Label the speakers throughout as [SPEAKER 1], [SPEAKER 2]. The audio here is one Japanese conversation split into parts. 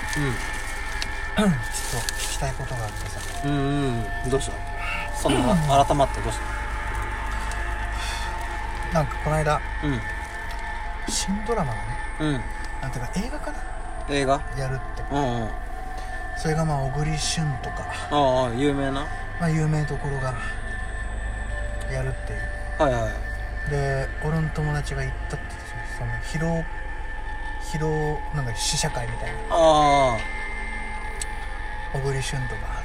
[SPEAKER 1] ちょっと聞きたいことがあってさ
[SPEAKER 2] うんうんうんどうしたその改まってどうし
[SPEAKER 1] なんかこの間
[SPEAKER 2] たう
[SPEAKER 1] 新ドラマがね
[SPEAKER 2] んうん
[SPEAKER 1] なんていうか映画かな
[SPEAKER 2] 映画
[SPEAKER 1] やるって
[SPEAKER 2] うんうんあ
[SPEAKER 1] それがまあ小栗旬とか、
[SPEAKER 2] あ有名な
[SPEAKER 1] まあ、有名どころがやるっていう
[SPEAKER 2] はいはい
[SPEAKER 1] で俺の友達が行ったって言ってたその疲労疲労なんか試写会みたいな
[SPEAKER 2] あ
[SPEAKER 1] 小栗旬とか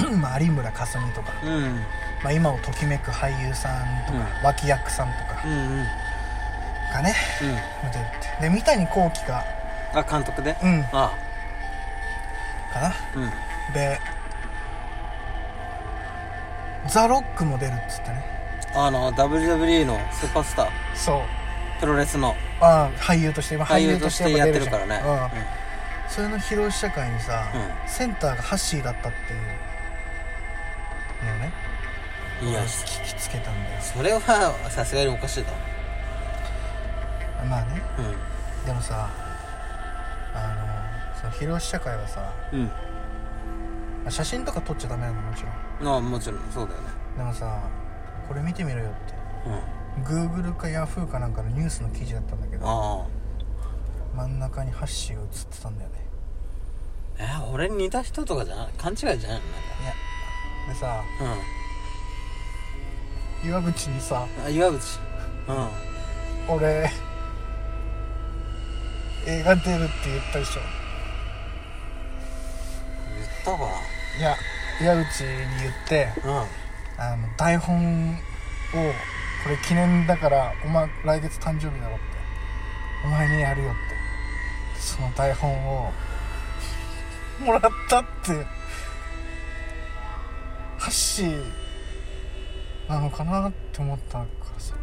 [SPEAKER 1] あとまあ有村架純とか
[SPEAKER 2] あ、うんうん
[SPEAKER 1] まあ、今をときめく俳優さんとか、
[SPEAKER 2] う
[SPEAKER 1] 脇役さんとか
[SPEAKER 2] うんうん
[SPEAKER 1] がね出てるってで三谷幸喜が
[SPEAKER 2] あ監督で
[SPEAKER 1] うん
[SPEAKER 2] あ
[SPEAKER 1] かな
[SPEAKER 2] あうん
[SPEAKER 1] でザ・ロックも出るっつってね
[SPEAKER 2] あの WWE のスーパースター
[SPEAKER 1] そう
[SPEAKER 2] プロレスの
[SPEAKER 1] ああ俳優として今
[SPEAKER 2] 俳優としてやってる
[SPEAKER 1] じ
[SPEAKER 2] か
[SPEAKER 1] ゃん
[SPEAKER 2] らね
[SPEAKER 1] うん、それの披露試写会にさ、
[SPEAKER 2] う
[SPEAKER 1] センターがハッシーだったっていうのをね
[SPEAKER 2] うんいや
[SPEAKER 1] 聞きつけたんだよ
[SPEAKER 2] それはさすがにおかしいだろ
[SPEAKER 1] まあね
[SPEAKER 2] う
[SPEAKER 1] でもさあのその披露試写会はさ
[SPEAKER 2] んうん
[SPEAKER 1] まあ写真とか撮っちゃダメなのもちろん
[SPEAKER 2] まあもちろんそうだよね
[SPEAKER 1] でもさこれ見てみろよって Google か Yahoo かなんかのニュースの記事だったんだけ
[SPEAKER 2] うん
[SPEAKER 1] ど
[SPEAKER 2] ああ
[SPEAKER 1] 真ん中にハッシーが映ってたんだよね
[SPEAKER 2] えー俺に似た人とかじゃない勘違いじゃないのなんか
[SPEAKER 1] いやでさ
[SPEAKER 2] う
[SPEAKER 1] 岩渕にさ
[SPEAKER 2] んあ岩渕う
[SPEAKER 1] 「
[SPEAKER 2] ん
[SPEAKER 1] 俺映画出る」って言ったでしょ
[SPEAKER 2] 言ったか
[SPEAKER 1] いや岩渕に言って
[SPEAKER 2] な
[SPEAKER 1] あの台本をこれ記念だからお前来月誕生日だろってお前にやるよってその台本をもらったってハッシーなのかなって思ったからさ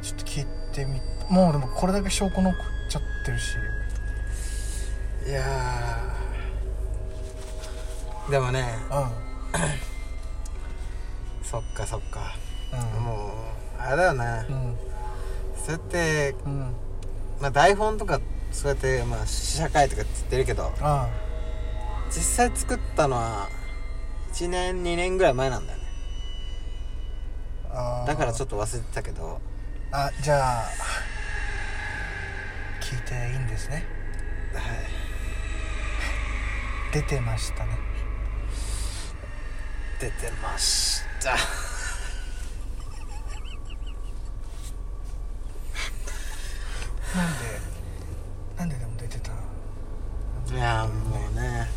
[SPEAKER 1] ちょっと聞いてみもうでもこれだけ証拠残っちゃってるしいや
[SPEAKER 2] うんでもね
[SPEAKER 1] ーうん
[SPEAKER 2] そっかそっか
[SPEAKER 1] うん
[SPEAKER 2] もうあれだよね
[SPEAKER 1] うん
[SPEAKER 2] そうやって、
[SPEAKER 1] うん
[SPEAKER 2] まあ、台本とかそうやって、まあ、試写会とかって言ってるけど
[SPEAKER 1] あ
[SPEAKER 2] 実際作ったのは1年2年ぐらい前なんだよね
[SPEAKER 1] あ
[SPEAKER 2] だからち
[SPEAKER 1] ょっと
[SPEAKER 2] ょっと忘れてたけど
[SPEAKER 1] あじゃあ聞いていいんですね
[SPEAKER 2] はい
[SPEAKER 1] 出てましたね
[SPEAKER 2] 出てました
[SPEAKER 1] なんでなんででも出てた
[SPEAKER 2] いやもうね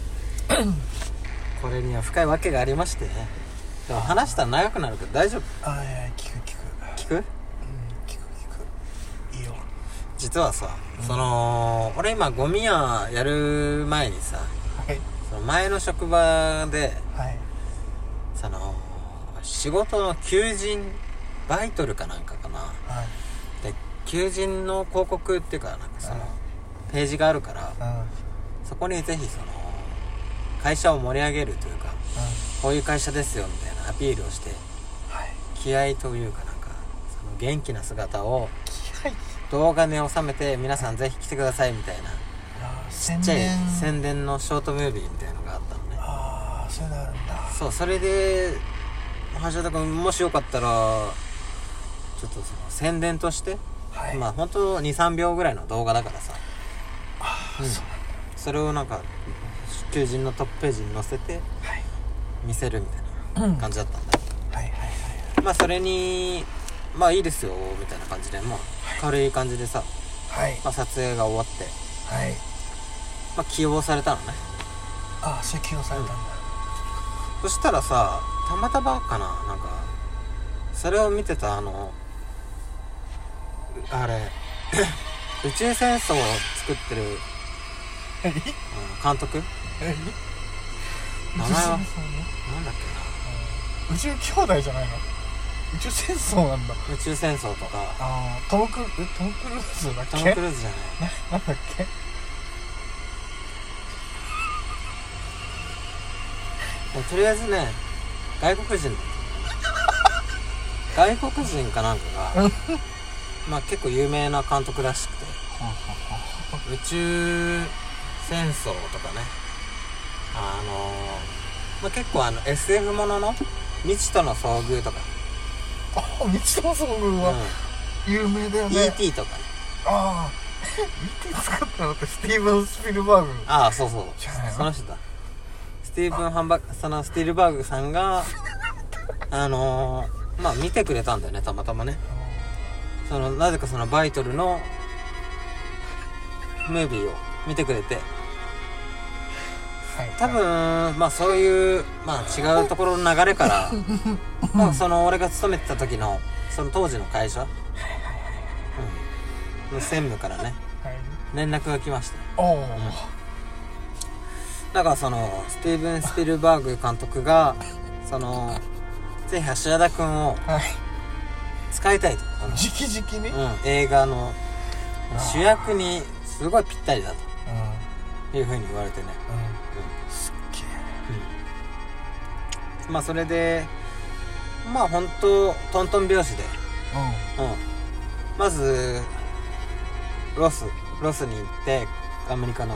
[SPEAKER 2] これには深いわけがありましてねでも話したら長くなるけど大丈夫
[SPEAKER 1] あいや聞く聞くうん聞
[SPEAKER 2] 聞く
[SPEAKER 1] く聞くいいよ
[SPEAKER 2] 実はさ、その俺今ゴミ屋やる前にさ
[SPEAKER 1] はい
[SPEAKER 2] その前の職場で
[SPEAKER 1] はい
[SPEAKER 2] その仕事の求人バイトルかなんかかな
[SPEAKER 1] はい
[SPEAKER 2] で求人の広告っていうかなんかその
[SPEAKER 1] はい
[SPEAKER 2] ページがあるから
[SPEAKER 1] うんうん
[SPEAKER 2] そこにぜひその会社を盛り上げるというかこういう会社ですよみたいなアピールをして
[SPEAKER 1] はい
[SPEAKER 2] 気合というかなんかその元気な姿を
[SPEAKER 1] 気合い
[SPEAKER 2] 動画に収めて皆さんぜひ来てくださいみたいな
[SPEAKER 1] あー
[SPEAKER 2] ち
[SPEAKER 1] 宣
[SPEAKER 2] っちゃい
[SPEAKER 1] 伝
[SPEAKER 2] 宣伝のショートムービーみたいのがあったのね
[SPEAKER 1] ああそういうのあるんだ
[SPEAKER 2] そうそれで橋田君もしよかったらちょっとその宣伝として、
[SPEAKER 1] はい、
[SPEAKER 2] まあ本当23秒ぐらいの動画だからさうんそれをなんか求人のトップページに載せて
[SPEAKER 1] はい
[SPEAKER 2] 見せるみたいな感じだったんだ、
[SPEAKER 1] はいはいはい
[SPEAKER 2] まあそれにまあいいですよみたいな感じでもう軽い感じでさ、
[SPEAKER 1] はい
[SPEAKER 2] まあ、撮影が終わって、
[SPEAKER 1] はい
[SPEAKER 2] まあ、起用されたのね
[SPEAKER 1] ああそれ起用されたんだ、
[SPEAKER 2] そしたらさたまたまかななんかそれを見てたあのあれ 宇宙戦争を作ってる
[SPEAKER 1] はい
[SPEAKER 2] あの監督
[SPEAKER 1] はい
[SPEAKER 2] 名前は
[SPEAKER 1] 宇宙戦争ね
[SPEAKER 2] なんだっけ
[SPEAKER 1] 宇宙兄弟じゃないの宇宙戦争なんだ
[SPEAKER 2] な宇宙戦争とか
[SPEAKER 1] ああトムクルえトム・クルーズだっ
[SPEAKER 2] トム・
[SPEAKER 1] け
[SPEAKER 2] クルーズじゃない
[SPEAKER 1] なんだっけ
[SPEAKER 2] もうとりあえずね外国人外国人かなんかがまあ結構有名な監督らしくて宇宙戦争とかねあのーまあ、結構あの SF ものの未知との遭遇とか、
[SPEAKER 1] あ道と遭遇
[SPEAKER 2] うん
[SPEAKER 1] は有名だよね、
[SPEAKER 2] ET とかね
[SPEAKER 1] ああ ET 作ったのってスティーブン・スピルバーグ
[SPEAKER 2] ああそうそう
[SPEAKER 1] じゃないの
[SPEAKER 2] その人だスティーブン・ハンバそのスティルバーグさんがあのーまあ見てくれたんだよねたまたまねそのなぜかそのバイトルのムービーを見てくれて
[SPEAKER 1] はい
[SPEAKER 2] 多分まあそういうまあ違うところの流れからまあその俺が勤めてた時のその当時の会社うんの専務からね
[SPEAKER 1] はい
[SPEAKER 2] 連絡が来ました
[SPEAKER 1] おお、
[SPEAKER 2] だからそのスティーブン・スピルバーグ監督がそのぜひ橋田君を
[SPEAKER 1] はい
[SPEAKER 2] 使いたいとこの
[SPEAKER 1] じきじきに、うん、
[SPEAKER 2] うん、映画の主役にすごいぴったりだというふうに言われてね、
[SPEAKER 1] すっげ
[SPEAKER 2] まあそれでまあ本当トントン拍子で、
[SPEAKER 1] えうん
[SPEAKER 2] うん、まずロスロスに行ってアメリカの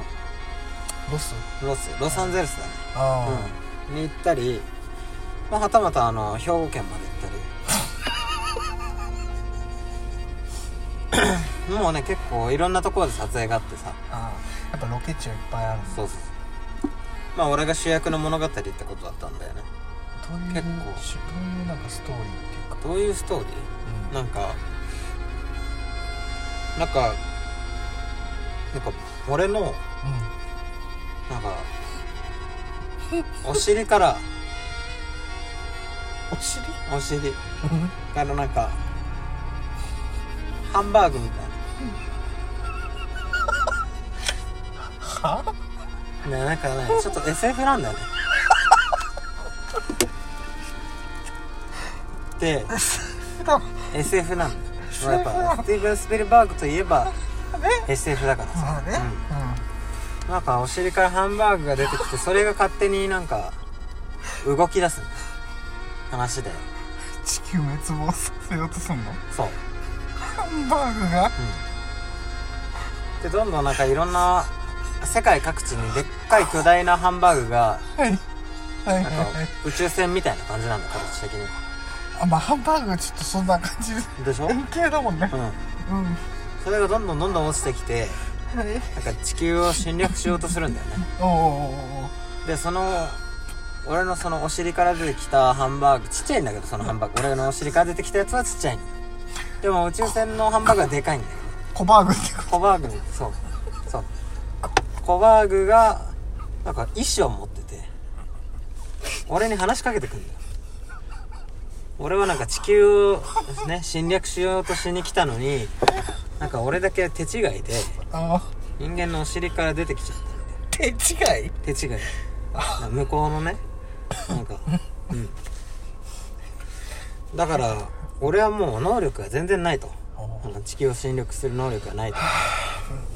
[SPEAKER 1] ロス
[SPEAKER 2] ロスロサンゼルスだね、
[SPEAKER 1] あ
[SPEAKER 2] うん、に行ったり、まあ、はたまたあの兵庫県まで行ったりもうね結構いろんなところで撮影があってさ
[SPEAKER 1] あ、ああやっぱロケ地はいっぱいあるんだ
[SPEAKER 2] そうそうそうまあ俺が主役の物語ってことだったんだよね
[SPEAKER 1] どういう
[SPEAKER 2] 結構
[SPEAKER 1] しどういうなんかストーリーっていうか、
[SPEAKER 2] どういうストーリー
[SPEAKER 1] うん
[SPEAKER 2] なんかなんかなんか俺のなんかお尻から
[SPEAKER 1] うん、お尻
[SPEAKER 2] お尻 からなんかハンバーグみた
[SPEAKER 1] はい
[SPEAKER 2] なねなんかねちょっと SF なんだよねで SF なんだよまあやっぱスティーブン・スピルバーグといえば SF だから
[SPEAKER 1] まあ
[SPEAKER 2] さ、
[SPEAKER 1] ね、
[SPEAKER 2] うんなんかお尻からハンバーグが出てきてそれが勝手になんか動き出す話で
[SPEAKER 1] うん、地球滅亡させようとすんの
[SPEAKER 2] そう
[SPEAKER 1] ハンバーグが
[SPEAKER 2] でどんどんなんかいろんな世界各地にでっかい巨大なハンバーグが
[SPEAKER 1] はいはいはい
[SPEAKER 2] なんか
[SPEAKER 1] はい
[SPEAKER 2] 宇宙船みたいな感じなんだ形的に
[SPEAKER 1] あまあハンバーグはちょっとそんな感じで
[SPEAKER 2] でしょ、う
[SPEAKER 1] 円
[SPEAKER 2] ん、
[SPEAKER 1] 形だもんねうんは
[SPEAKER 2] それがどんどんどんどん落ちてきて
[SPEAKER 1] い
[SPEAKER 2] なんか地球を侵略しようとするんだよね
[SPEAKER 1] おおー
[SPEAKER 2] でその俺のそのお尻から出てきたハンバーグちっちゃいんだけどそのハンバーグ俺のお尻から出てきたやつはちっちゃいのでも宇宙船のハンバーグはでかいんだよね
[SPEAKER 1] コバーグってこ
[SPEAKER 2] コバーグにそうそうコバーグがなんか意思を持ってて俺に話しかけてくんだよ俺はなんか地球を、ね、侵略しようとしに来たのになんか俺だけ手違いで
[SPEAKER 1] とあ
[SPEAKER 2] 人間のお尻から出てきちゃったんだよ
[SPEAKER 1] 手違い
[SPEAKER 2] 手違いな向こうのねなんかうんだから俺はもう能力が全然ないとあの地球を侵略する能力がないと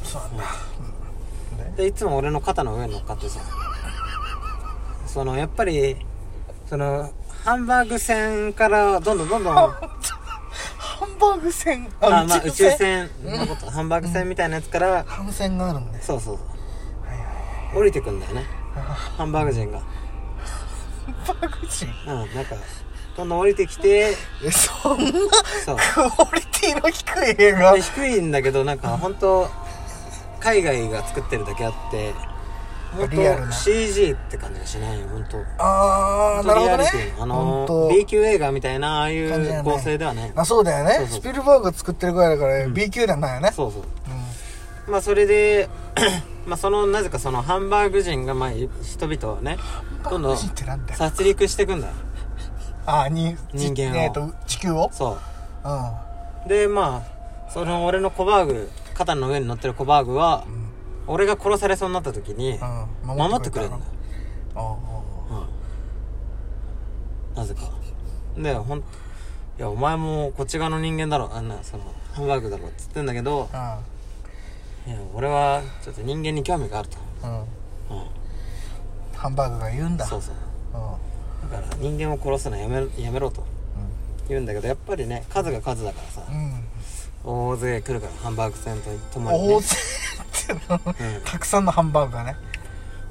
[SPEAKER 1] そうなんだ
[SPEAKER 2] でいつも俺の肩の上に乗っかってさそのやっぱりそのハンバーグ船からどんどんどんどんあ
[SPEAKER 1] ハンバーグ船
[SPEAKER 2] まあ宇宙船のことハンバーグ船みたいなやつから
[SPEAKER 1] ハム船があるんです
[SPEAKER 2] そうそうそう降りてくんだよねハンバーグ人が
[SPEAKER 1] ハンバーグ人
[SPEAKER 2] うんなんかどんどん降りてきて
[SPEAKER 1] えそんな
[SPEAKER 2] そう
[SPEAKER 1] クオリティの低い映画
[SPEAKER 2] で低いんだけどなんか本当海外が作ってるだけあって本
[SPEAKER 1] リアル
[SPEAKER 2] 当
[SPEAKER 1] な
[SPEAKER 2] CG って感じがしないよ本当
[SPEAKER 1] ああなるほどね
[SPEAKER 2] リアリティのあの
[SPEAKER 1] ほんと
[SPEAKER 2] B 級映画みたいなああい
[SPEAKER 1] 感じだ
[SPEAKER 2] う
[SPEAKER 1] ね
[SPEAKER 2] 構成ではね
[SPEAKER 1] あそうだよね
[SPEAKER 2] そうそう
[SPEAKER 1] スピルバーグが作ってるぐらいだから、B 級なんだよね
[SPEAKER 2] そうそう
[SPEAKER 1] う
[SPEAKER 2] まあそれで まあそのなぜかそのハンバーグ人がまあ人々をねどん
[SPEAKER 1] ん
[SPEAKER 2] どん
[SPEAKER 1] 人ってなんだよ
[SPEAKER 2] 殺戮していくんだよ
[SPEAKER 1] あに
[SPEAKER 2] 人間を
[SPEAKER 1] じえーと地球を
[SPEAKER 2] そ
[SPEAKER 1] うん
[SPEAKER 2] うでまあその俺のコバーグ肩の上に乗ってるコバーグは、俺が殺されそうになった時に、
[SPEAKER 1] うん
[SPEAKER 2] 守ってくれるんだよ
[SPEAKER 1] のああ
[SPEAKER 2] なぜかでほんいやお前もこっち側の人間だろあんなそのハンバーグだろっつってんだけど
[SPEAKER 1] あ
[SPEAKER 2] いや俺はちょっと人間に興味があると、
[SPEAKER 1] あうん
[SPEAKER 2] うん、
[SPEAKER 1] ハンバーグが言うんだ
[SPEAKER 2] そうそう
[SPEAKER 1] うんうん
[SPEAKER 2] だから人間を殺すのやめやめろと言うんだけどやっぱりね数が数だからさ
[SPEAKER 1] うん
[SPEAKER 2] 大勢来るからハンバーグ戦とともに、ね
[SPEAKER 1] 大勢けど、たくさんのハンバーグがね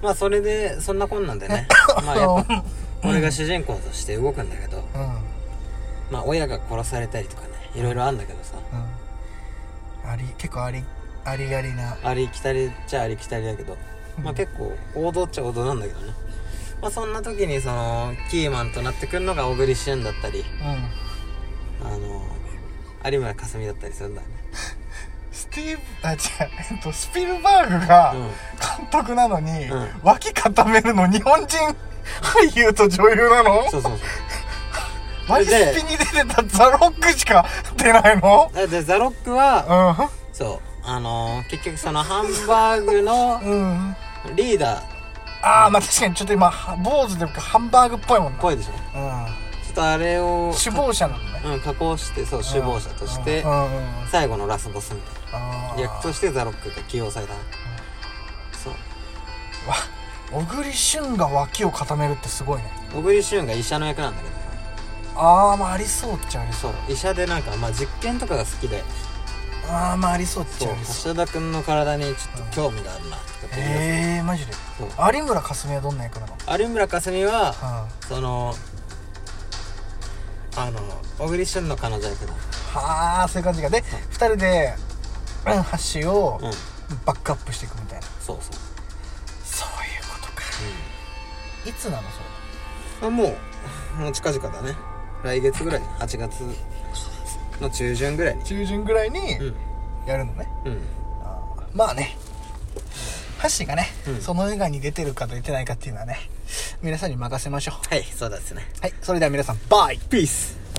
[SPEAKER 2] まあそれでそんなこんなんで ねまあやっぱ俺が主人公として動くんだけど
[SPEAKER 1] うん、うん
[SPEAKER 2] まあ親が殺されたりとかねいろいろあんだけどさ
[SPEAKER 1] あり結構ありありがりな
[SPEAKER 2] ありきたりっちゃありきたりだけどまあ結構王道っちゃ王道なんだけどねまあそんな時にそのキーマンとなってくるのが小栗旬だったり
[SPEAKER 1] うん
[SPEAKER 2] あの有村架純だったりするんだね
[SPEAKER 1] スティーブあ違うえっとスピルバーグが
[SPEAKER 2] うん
[SPEAKER 1] 監督なのに、
[SPEAKER 2] うん
[SPEAKER 1] 脇固めるの日本人俳優と女優なの
[SPEAKER 2] そうそうそう
[SPEAKER 1] 脇スピに出てたザロックしか出ないの
[SPEAKER 2] だってザ・ロックは
[SPEAKER 1] う
[SPEAKER 2] そうあの結局そのハンバーグの
[SPEAKER 1] んうん
[SPEAKER 2] リーダーっ
[SPEAKER 1] ああまあ確かにちょっと今は坊主でハンバーグっぽいもんな
[SPEAKER 2] ぽいでしょち
[SPEAKER 1] う
[SPEAKER 2] ょっとあれを
[SPEAKER 1] ん首謀者なのね
[SPEAKER 2] うん、加工してそう首謀者として
[SPEAKER 1] うんうんうん
[SPEAKER 2] 最後のラスボスみた
[SPEAKER 1] あ
[SPEAKER 2] い
[SPEAKER 1] ー
[SPEAKER 2] な役としてザ・ロックが起用されたねそう
[SPEAKER 1] わ小栗旬が脇を固めるってすごいね
[SPEAKER 2] 小栗旬が医者の役なんだけど
[SPEAKER 1] ああまあありそうっちゃありそう
[SPEAKER 2] そう医者でなんかまあ実験とかが好きで
[SPEAKER 1] ああまあありそうっち
[SPEAKER 2] そう
[SPEAKER 1] ゃありそう
[SPEAKER 2] 橋田君の体にちょっと興味があるなとかって言い出す
[SPEAKER 1] ええマジで
[SPEAKER 2] そう
[SPEAKER 1] 有村架純はどんな役なの
[SPEAKER 2] 有村架純は
[SPEAKER 1] うんは
[SPEAKER 2] そのあの小栗旬の彼女役だ
[SPEAKER 1] あそういう感じがで二人でうん橋を
[SPEAKER 2] うん
[SPEAKER 1] バックアップしていくみたいな
[SPEAKER 2] そうそう
[SPEAKER 1] そういうことかいつなのそれ
[SPEAKER 2] まあもうもう近々だね来月ぐらいに8月の中旬ぐらいに
[SPEAKER 1] 中旬ぐらいに
[SPEAKER 2] うん
[SPEAKER 1] やるのね
[SPEAKER 2] うん
[SPEAKER 1] あーまあねハッシーがね、
[SPEAKER 2] うん
[SPEAKER 1] その映画に出てるか出てないかっていうのはね皆さんに任せましょう
[SPEAKER 2] はいそうですね
[SPEAKER 1] はいそれでは皆さんバイ
[SPEAKER 2] ピース